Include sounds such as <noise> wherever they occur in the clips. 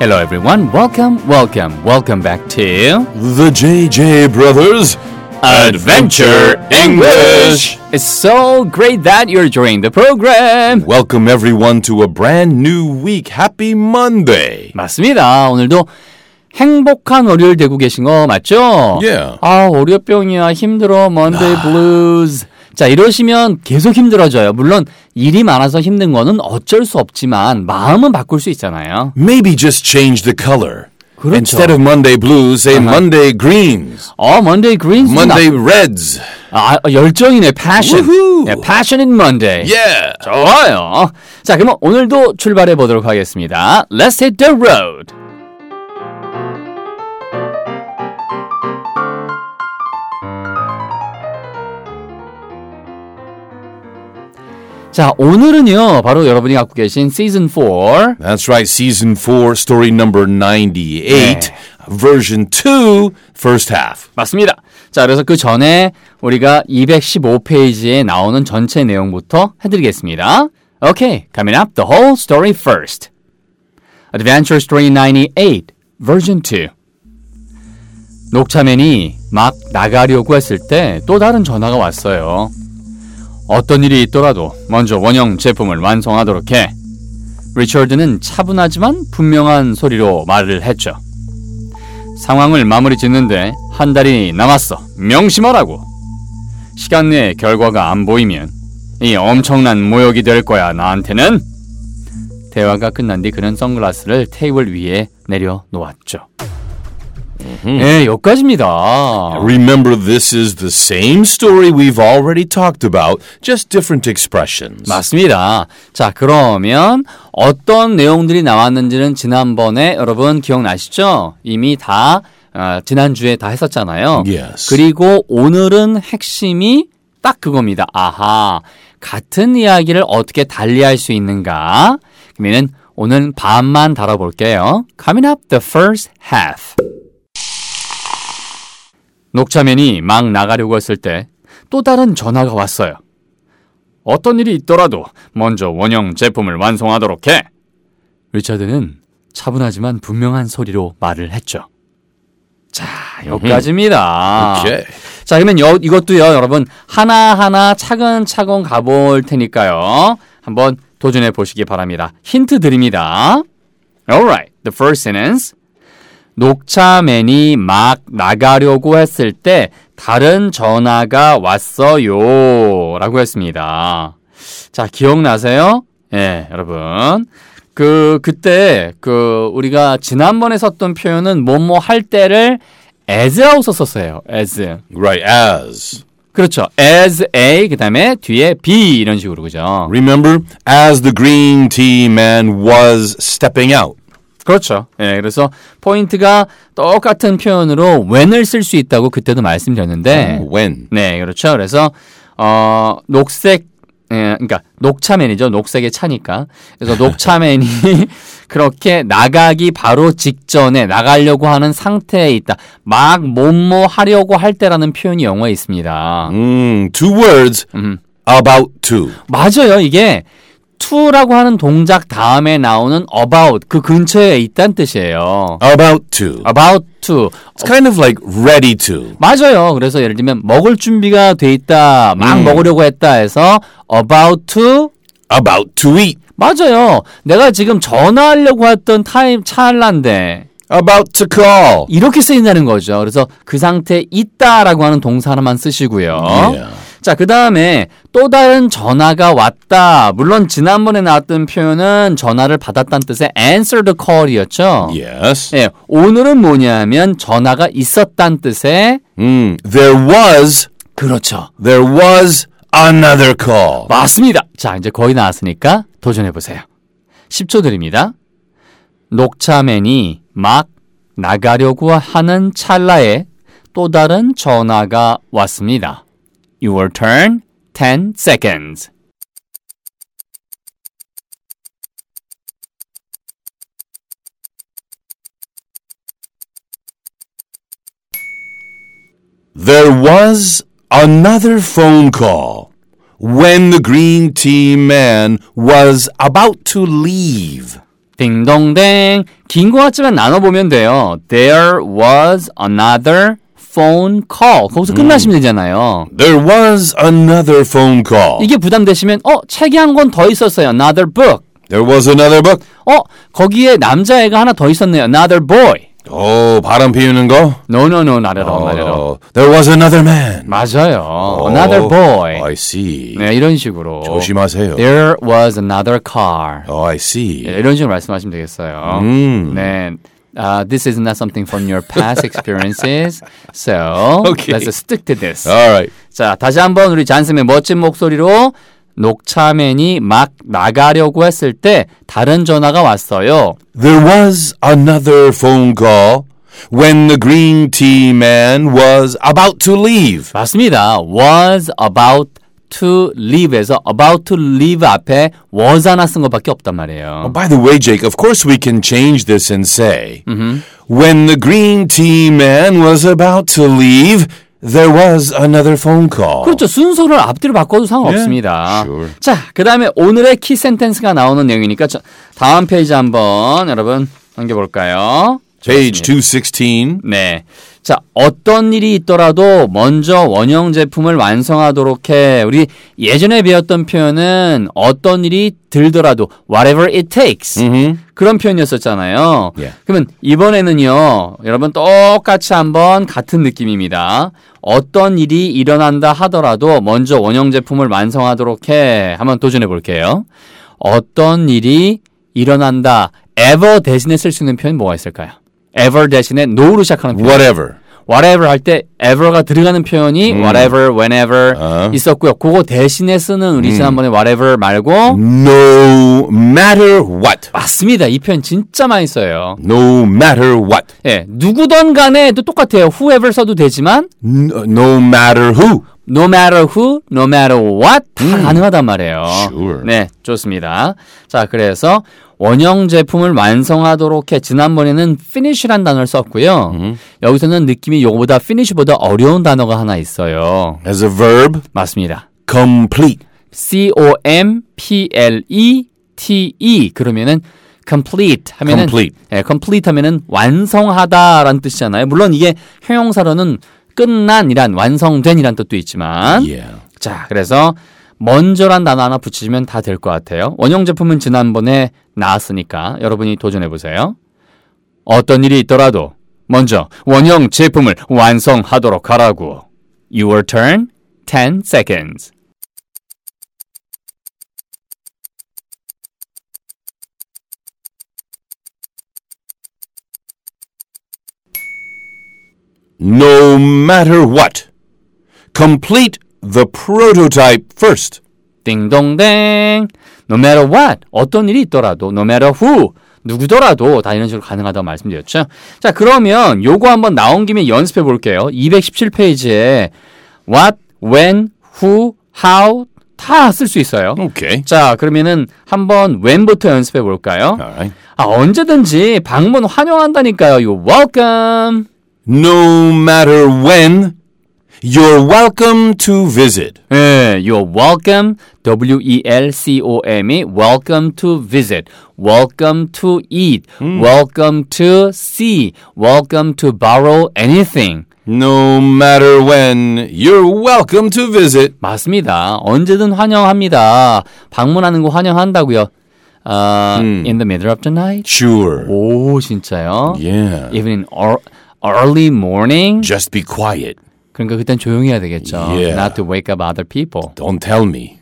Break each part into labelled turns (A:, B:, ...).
A: Hello everyone, welcome, welcome, welcome back to
B: The JJ Brothers
A: It's so great that you're joining the program.
B: Welcome everyone to a brand new week. Happy Monday.
A: 맞습니다. 오늘도 행복한 월요일 되고 계신 거 맞죠?
B: Yeah. 아.
A: 아, 월요병이야. 힘들어. Monday blues. 자, 이러시면 계속 힘들어져요. 물론 일이 많아서 힘든 거는 어쩔 수 없지만 마음은 바꿀 수 있잖아요.
B: Maybe just change the color.
A: 그렇죠. Uh-huh.
B: Instead of Monday blues, say Monday greens,
A: 어, Monday greens.
B: Monday reds.
A: 아, 열정이네. passion.
B: 우후.
A: 네, passion in Monday.
B: Yeah.
A: 좋아요. 자, 그럼 오늘도 출발해 보도록 하겠습니다. Let's hit the road. 자, 오늘은요, 바로 여러분이 갖고 계신 시즌 4.
B: That's right. Season 4, story number 98, version 2, first half.
A: 맞습니다. 자, 그래서 그 전에 우리가 215페이지에 나오는 전체 내용부터 해드리겠습니다. Okay, coming up the whole story first. Adventure Story 98, Version 2. 녹차맨이 막 나가려고 했을 때 또 다른 전화가 왔어요. 어떤 일이 있더라도 먼저 원형 제품을 완성하도록 해. 리처드는 차분하지만 분명한 소리로 말을 했죠. 상황을 마무리 짓는데 한 달이 남았어. 명심하라고. 시간 내에 결과가 안 보이면 이 엄청난 모욕이 될 거야 나한테는. 대화가 끝난 뒤 그는 선글라스를 테이블 위에 내려 놓았죠. 네, 여기까지입니다.
B: Remember, this is the same story we've already talked about, just different expressions.
A: 음, 맞습니다. 자, 그러면 어떤 내용들이 나왔는지는 지난번에 여러분 기억나시죠? 이미 다 아, 지난주에 다 했었잖아요.
B: Yes.
A: 그리고 오늘은 핵심이 딱 그겁니다. 아하. 같은 이야기를 어떻게 달리할 수 있는가? 그러면 오늘 반만 다뤄볼게요. Coming up the first half. 녹차면이 막 나가려고 했을 때 또 다른 전화가 왔어요. 어떤 일이 있더라도 먼저 원형 제품을 완성하도록 해. 리차드는 차분하지만 분명한 소리로 말을 했죠. 자, 여기까지입니다.
B: Okay.
A: 자, 그러면 여- 이것도요, 여러분 하나하나 차근차근 가볼 테니까요. 한번 도전해 보시기 바랍니다. 힌트 드립니다. Alright, the first sentence. 녹차맨이 막 나가려고 했을 때 다른 전화가 왔어요. 라고 했습니다. 자, 기억나세요? 예, 여러분. 그, 그때, 그, 우리가 지난번에 썼던 표현은 뭐뭐 할 때를 as 하고서 썼어요. as.
B: Right, as.
A: 그렇죠. as a, 그 다음에 뒤에 b 이런 식으로, 그죠?
B: Remember, as the green tea man was stepping out.
A: 그렇죠. 예, 그래서 포인트가 똑같은 표현으로 when을 쓸 수 있다고 그때도 말씀드렸는데,
B: When?
A: 네, 그렇죠. 그래서 어 녹색 예, 그러니까 녹차맨이죠. 녹색의 차니까. 그래서 녹차맨이 <laughs> 그렇게 나가기 바로 직전에 나가려고 하는 상태에 있다. 막 뭐뭐 하려고 할 때라는 표현이 영어에 있습니다.
B: Mm, two words about to.
A: 맞아요. 이게 to라고 하는 동작 다음에 나오는 about 그 근처에 있다는 뜻이에요.
B: About to.
A: about to
B: It's kind of like ready to.
A: 맞아요. 그래서 예를 들면 먹을 준비가 돼 있다. 막 먹으려고 했다 해서 about to
B: About to eat.
A: 맞아요. 내가 지금 전화하려고 했던 타임 찰나인데
B: About to call.
A: 이렇게 쓰인다는 거죠. 그래서 그 상태에 있다라고 하는 동사 하나만 쓰시고요.
B: Yeah.
A: 자, 그 다음에 또 다른 전화가 왔다. 물론 지난번에 나왔던 표현은 전화를 받았다는 뜻의 answer the call이었죠.
B: Yes.
A: 예, 오늘은 뭐냐면 전화가 있었다는 뜻의
B: Mm, there was,
A: 그렇죠.
B: there was another call.
A: 맞습니다. 자, 이제 거의 나왔으니까 도전해 보세요. 10초 드립니다. 녹차맨이 막 나가려고 하는 찰나에 또 다른 전화가 왔습니다. Your turn, 10 seconds.
B: There was another phone call when the green tea man was about to leave.
A: 딩동댕. 긴 것 같지만 나눠보면 돼요. There was another phone call. 거기서 끝나시면 되잖아요.
B: There was another phone call.
A: 이게 부담되시면 어 책이 한 권 더 있었어요. Another book.
B: There was another book.
A: 어 거기에 남자애가 하나 더 있었네요. Another boy.
B: 오, Oh, 바람 피우는 거?
A: No no no not at all, not at all.
B: 어, There was another man.
A: 맞아요.
B: 어,
A: Another boy.
B: I see.
A: 네 이런 식으로.
B: 조심하세요.
A: There was another car.
B: 어, I see.
A: 네, 이런 식으로 말씀하시면 되겠어요.
B: 음.
A: 네. Uh, this is not something from your past experiences. So
B: Okay. 어.
A: let's stick to this.
B: All right.
A: 자, 다시 한번 우리 잔쌤의 멋진 목소리로 녹차맨이 막 나가려고 했을 때 다른 전화가 왔어요.
B: There was another phone call when the green tea man was about to leave.
A: 맞습니다. was about to leave에서 about to leave 앞에 was 하나 쓴 것밖에 없단 말이에요.
B: By the way, Jake, of course we can change this and say,
A: Mm-hmm.
B: when the green tea man was about to leave, there was another phone call.
A: 그렇죠. 순서를 앞뒤로 바꿔도 상관없습니다.
B: sure.
A: 자, 그 다음에 오늘의 키 센텐스가 나오는 내용이니까 저- 다음 페이지 한번 여러분 넘겨볼까요?
B: Page 216.
A: 네. 자, 어떤 일이 있더라도 먼저 원형 제품을 완성하도록 해. 우리 예전에 배웠던 표현은 어떤 일이 들더라도 whatever it
B: 음.
A: takes.
B: Mm-hmm.
A: 그런 표현이었었잖아요.
B: 예.
A: 그러면 이번에는요, 여러분 똑같이 한번 같은 느낌입니다. 어떤 일이 일어난다 하더라도 먼저 원형 제품을 완성하도록 해. 한번 도전해 볼게요. 어떤 일이 일어난다. ever 대신에 쓸 수 있는 표현 뭐가 있을까요? ever 대신에 no로 시작하는 표현.
B: Whatever. 음.
A: whatever 할 때 ever가 들어가는 표현이 whatever, whenever
B: 어.
A: 있었고요. 그거 대신에 쓰는 우리 지난번에
B: 음.
A: whatever 말고
B: No matter what.
A: 맞습니다. 이 표현 진짜 많이 써요.
B: No matter what.
A: 예, 누구든 간에 또 똑같아요. whoever 써도 되지만
B: N- no matter who.
A: no matter who, no matter what 다 가능하단 말이에요.
B: Sure.
A: 네, 좋습니다. 자, 그래서 원형 제품을 완성하도록 해. 지난번에는 finish란 단어를 썼고요. 여기서는 느낌이 요거보다 finish보다 어려운 단어가 하나 있어요.
B: As a verb,
A: 맞습니다.
B: complete.
A: C O M P L E T E 그러면은 complete 하면은
B: Complete.
A: 예, complete 하면은 완성하다라는 뜻이잖아요. 물론 이게 형용사로는 끝난이란 완성된이란 뜻도 있지만
B: Yeah.
A: 자, 그래서 먼저란 단어 하나 붙이시면 다 될 것 같아요. 원형 제품은 지난번에 나왔으니까 여러분이 도전해 보세요. 어떤 일이 있더라도 먼저 원형 제품을 완성하도록 하라고. Your turn, 10 seconds.
B: No matter what. Complete the prototype first.
A: 띵동댕. No matter what, 어떤 일이 있더라도, no matter who, 누구더라도 다 이런 식으로 가능하다고 말씀드렸죠. 자, 그러면 요거 한번 나온 김에 연습해 볼게요. 217페이지에 what, when, who, how 다 쓸 수 있어요.
B: Okay.
A: 자, 그러면은 한번 when부터 연습해 볼까요?
B: All right.
A: 아, 언제든지 방문 환영한다니까요. You welcome.
B: No matter when, you're welcome to visit.
A: 예, you're welcome. E W-E-L-C-O-M이 welcome to visit, welcome to eat, welcome to see, welcome to borrow anything.
B: No matter when, you're welcome to visit.
A: 맞습니다. 언제든 환영합니다. 방문하는 거 환영한다고요. 아, in the middle of the night.
B: Sure.
A: 오, 진짜요?
B: Yeah.
A: Even in ear- early morning.
B: Just be quiet.
A: 그러니까 그땐 조용히 해야 되겠죠.
B: Yeah.
A: Not to wake up other people.
B: Don't tell me.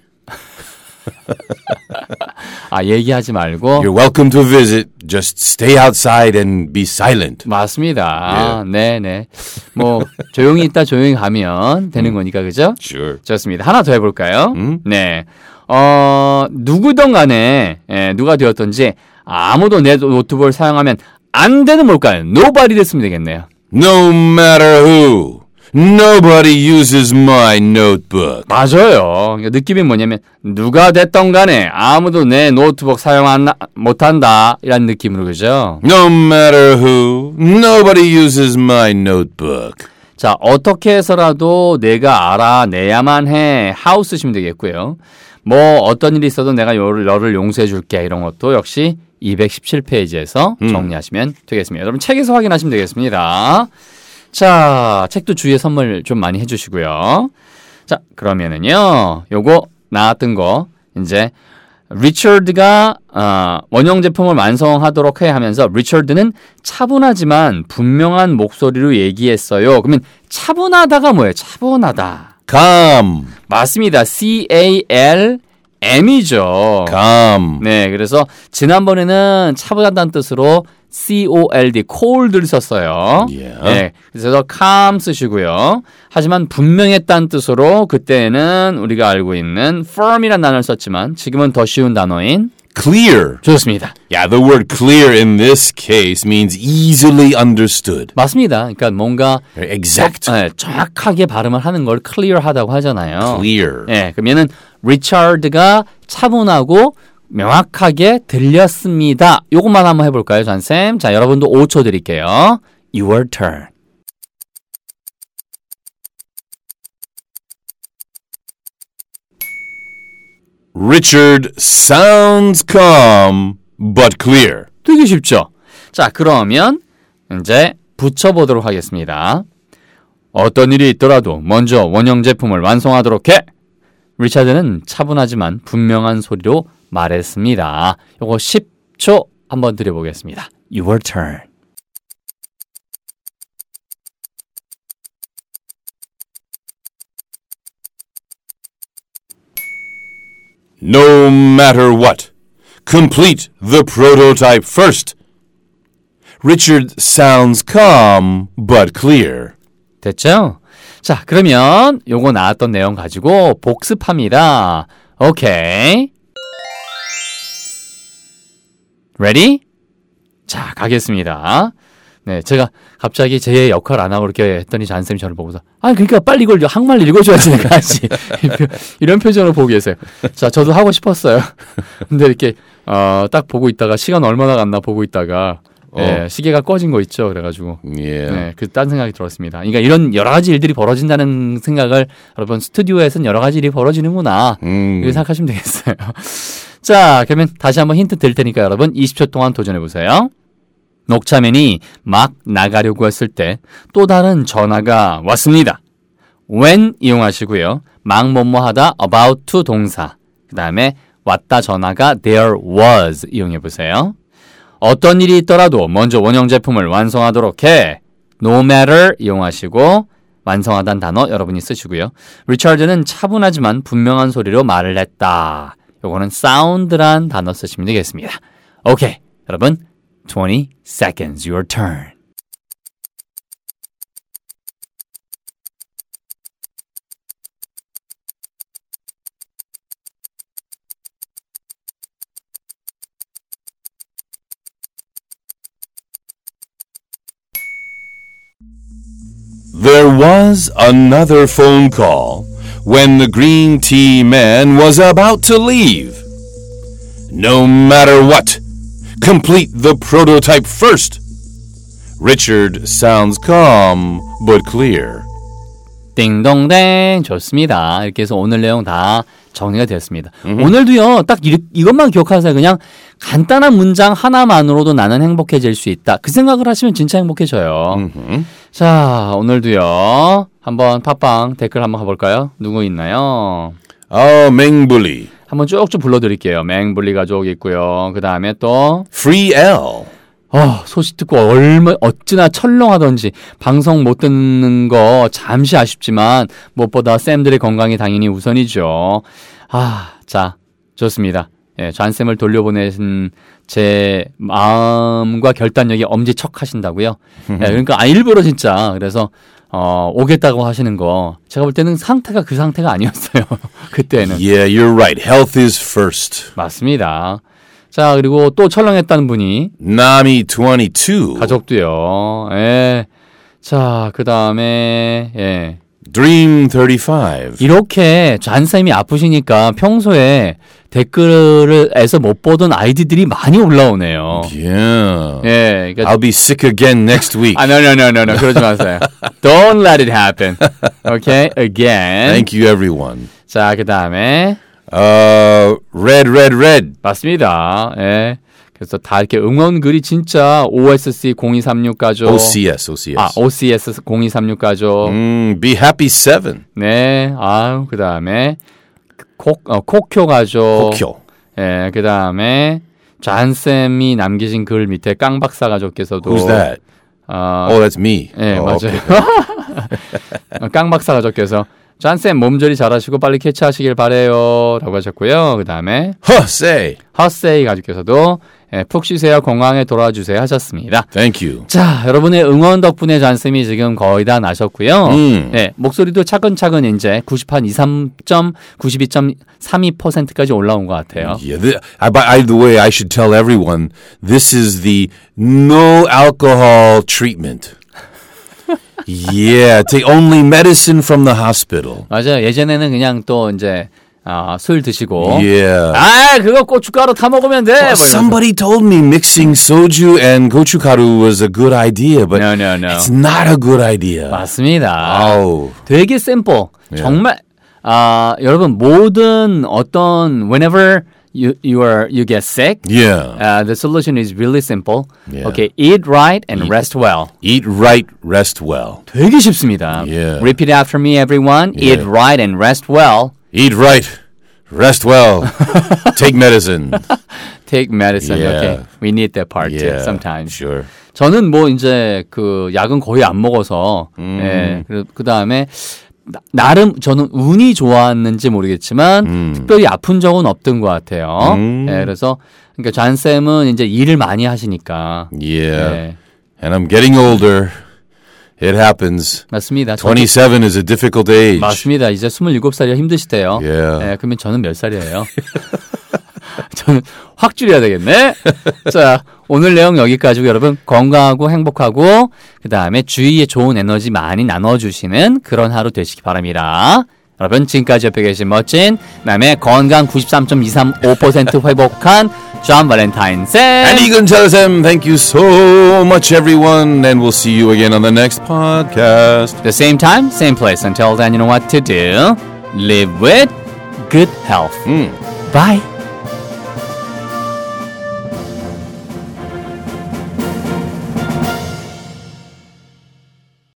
A: 아, 얘기하지 말고.
B: You're welcome to visit. Just stay outside and be silent.
A: 맞습니다. 아, 네네. 뭐 조용히 있다 조용히 가면 되는 거니까 그죠?
B: Sure.
A: 좋습니다. 하나 더 해볼까요? 네. 어 누구든 간에 예, 누가 되었든지 아무도 내 노트북을 사용하면 안 되는 뭘까요? Nobody를 쓰면 되겠네요.
B: No matter who, nobody uses my notebook.
A: 맞아요. 그러니까 느낌이 뭐냐면 누가 됐던 간에 아무도 내 노트북 사용 안 못한다 이런 느낌으로 그죠?
B: No matter who, nobody uses my notebook.
A: 자, 어떻게 해서라도 내가 알아내야만 해. 하우 쓰시면 되겠고요. 뭐 어떤 일이 있어도 내가 요- 너를 용서해 줄게. 이런 것도 역시 217페이지에서 정리하시면 되겠습니다. 여러분 책에서 확인하시면 되겠습니다. 자, 책도 주위에 선물 좀 많이 해주시고요. 자, 그러면은요, 요거 나왔던 거 이제 리처드가 아, 원형 제품을 완성하도록 해 하면서 리처드는 차분하지만 분명한 목소리로 얘기했어요. 그러면 차분하다가 뭐예요? 차분하다.
B: Calm.
A: 맞습니다. C A L M이죠.
B: Calm.
A: 네, 그래서 지난번에는 차분하다는 뜻으로 cold, cold를 썼어요.
B: 예.
A: 네, 그래서 calm 쓰시고요. 하지만 분명했다는 뜻으로 그때는 우리가 알고 있는 firm이라는 단어를 썼지만 지금은 더 쉬운 단어인
B: Clear.
A: 좋습니다.
B: Yeah, the word clear in this case means easily understood.
A: 맞습니다. 그러니까 뭔가
B: Exact.
A: 네, 정확하게 발음을 하는 걸 clear하다고
B: Oh.
A: 하잖아요.
B: Clear.
A: 예, 그러면은 리차드가 차분하고 명확하게 들렸습니다. 요것만 한번 해볼까요, 잔쌤? 자, 여러분도 5초 드릴게요. Your turn.
B: Richard sounds calm, but clear.
A: 되게 쉽죠? 자, 그러면 이제 붙여보도록 하겠습니다. 어떤 일이 있더라도 먼저 원형 제품을 완성하도록 해! 리차드는 차분하지만 분명한 소리로 말했습니다. 요거 10초 한번 드려보겠습니다. Your turn.
B: No matter what, complete the prototype first. Richard sounds calm, but clear.
A: 됐죠? 자, 그러면 요거 나왔던 내용 가지고 복습합니다. 오케이. 레디? 자, 가겠습니다. 네, 제가 갑자기 제 역할 안 하고 이렇게 했더니 잔쌤이 저를 보고서 아, 그러니까 빨리 이걸 한국말로 읽어줘야지 내가 하지. <laughs> 이런 표정을 보고 계세요. 자, 저도 하고 싶었어요. <laughs> 근데 이렇게 어, 딱 보고 있다가 시간 얼마나 갔나 보고 있다가 예, 시계가 꺼진 거 있죠. 그래가지고
B: Yeah.
A: 네, 그 딴 생각이 들었습니다. 그러니까 이런 여러 가지 일들이 벌어진다는 생각을 여러분 스튜디오에서는 여러 가지 일이 벌어지는구나 이렇게 생각하시면 되겠어요. <laughs> 자, 그러면 다시 한번 힌트 드릴 테니까 여러분 20초 동안 도전해 보세요. 녹차맨이 막 나가려고 했을 때 또 다른 전화가 왔습니다. when 이용하시고요. 막 뭐뭐하다 about to 동사. 그다음에 왔다 전화가 there was 이용해 보세요. 어떤 일이 있더라도 먼저 원형 제품을 완성하도록 해. no matter 이용하시고 완성하단 단어 여러분이 쓰시고요. 리처드는 차분하지만 분명한 소리로 말을 했다. 요거는 sound란 단어 쓰시면 되겠습니다. 오케이. 여러분 20 seconds your turn.
B: There was another phone call when the green tea man was about to leave. No matter what, complete the prototype first. Richard sounds calm but clear.
A: 띵동댕 좋습니다. 이렇게 해서 오늘 내용 다 정리가 되었습니다. 오늘도요 딱 이, 이것만 기억하세요. 그냥 간단한 문장 하나만으로도 나는 행복해질 수 있다. 그 생각을 하시면 진짜 행복해져요. 자 오늘도요 한번 팟빵 댓글 한번 가볼까요? 누구 있나요?
B: Oh, Mengbuli.
A: 한번 쭉쭉 불러드릴게요. 맹블리 가족 있고요. 그 다음에 또
B: Free L.
A: 어, 소식 듣고 얼마 어찌나 철렁하던지 방송 못 듣는 거 잠시 아쉽지만 무엇보다 쌤들의 건강이 당연히 우선이죠. 아, 자, 좋습니다. 예, 잔쌤을 돌려보내신 제 마음과 결단력이 엄지척 하신다고요. 예, 그러니까 아 일부러 진짜 그래서 어, 오겠다고 하시는 거 제가 볼 때는 상태가 그 상태가 아니었어요. <laughs> 그때는.
B: Yeah, you're right. Health is first.
A: 맞습니다. 자, 그리고 또 철렁했다는 분이
B: Nami 22.
A: 가족도요. 예. 자, 그 다음에, 예.
B: Dream 35.
A: 이렇게 잔쌤이 아프시니까 평소에 댓글에서 못 보던 아이디들이 많이 올라오네요.
B: Yeah.
A: 예. 그러니까
B: I'll be sick again next week.
A: 아, no, no, no, no, no. 그러지
B: <laughs>
A: 마세요. Don't let it happen. Okay? Again.
B: Thank you, everyone.
A: 자, 그 다음에.
B: Uh, red, red, red.
A: 맞습니다. 예. 그 그래서 다 이렇게 응원글이 진짜 OSC 0236 가죠.
B: Oh. OCS, OCS.
A: 아, OCS 0236 가죠.
B: Mm, be happy seven.
A: 네. 아유, 그다음에 콕 어, 코쿄 가죠.
B: Kokyo.
A: 예, 그다음에 잔쌤이 남기신 글 밑에 깡박사가족께서도
B: Who's that?
A: 아,
B: oh, that's me.
A: 예,
B: oh,
A: 맞아요. <laughs> 어,
B: okay.
A: 깡박사가족께서 잔쌤 몸조리 잘하시고 빨리 캐치하시길 바래요라고 하셨고요. 그다음에
B: Huh, say.
A: 허세이 가족께서도 예, 푹 쉬세요 공항에 돌아와 주세요 하셨습니다.
B: Thank you.
A: 자, 여러분의 응원 덕분에 잔쌤이 지금 거의 다 나셨고요.
B: 음.
A: 네, 목소리도 차근차근 이제 90한 2, 3점, 92.32%까지 올라온 것 같아요.
B: Yeah, th- I, by, by the way, I should tell everyone this is the no alcohol treatment. yeah, take only medicine from the hospital.
A: 맞아요. 예전에는 그냥 또 이제 아, 술 드시고
B: Yeah.
A: 아, 그거 고춧가루 타 먹으면 돼. 뭐
B: 아,
A: 이러면서.
B: Somebody told me mixing soju and gochukaru was a good idea, but
A: No, no, no.
B: it's not a good idea.
A: 맞습니다.
B: Oh,
A: 되게 샘po. 정말 아, 여러분 모든 어떤 whenever you you are you get sick
B: yeah.
A: Uh, the solution is really simple.
B: Yeah.
A: Okay, eat right and rest well.
B: Eat right, rest well.
A: 되게 쉽습니다.
B: Yeah.
A: Repeat after me, everyone.
B: Yeah.
A: Eat right and rest well.
B: Eat right, rest well. Take medicine.
A: Take medicine.
B: Yeah.
A: Okay, we need that part too
B: Yeah.
A: sometimes.
B: Sure.
A: 저는 뭐 이제 그 약은 거의 안 먹어서
B: 음.
A: 예, 그 다음에 나름 저는 운이 좋았는지 모르겠지만
B: 음.
A: 특별히 아픈 적은 없던 것 같아요. 예, 그래서 그러니까 잔 쌤은 이제 일을 많이 하시니까
B: Yeah.
A: 예,
B: And I'm getting older. It happens.
A: 맞습니다. 저도
B: 27 is a difficult age.
A: 맞습니다. 이제 27살이라 힘드시대요.
B: 예.
A: 예, 그러면 저는 몇 살이에요? <laughs> 저는 확 줄여야 되겠네. 자, 오늘 내용 여기까지고 여러분 건강하고 행복하고 그다음에 주위에 좋은 에너지 많이 나눠 주시는 그런 하루 되시기 바랍니다. 여러분 지금까지 옆에 계신 멋진 남의 건강 93.235% 회복한 존 발렌타인 쌤.
B: And Egan tells him, thank you so much, everyone, and we'll see you again on the next podcast.
A: The same time, same place. Until then, you know what to do. Live with good health.
B: Mm.
A: Bye.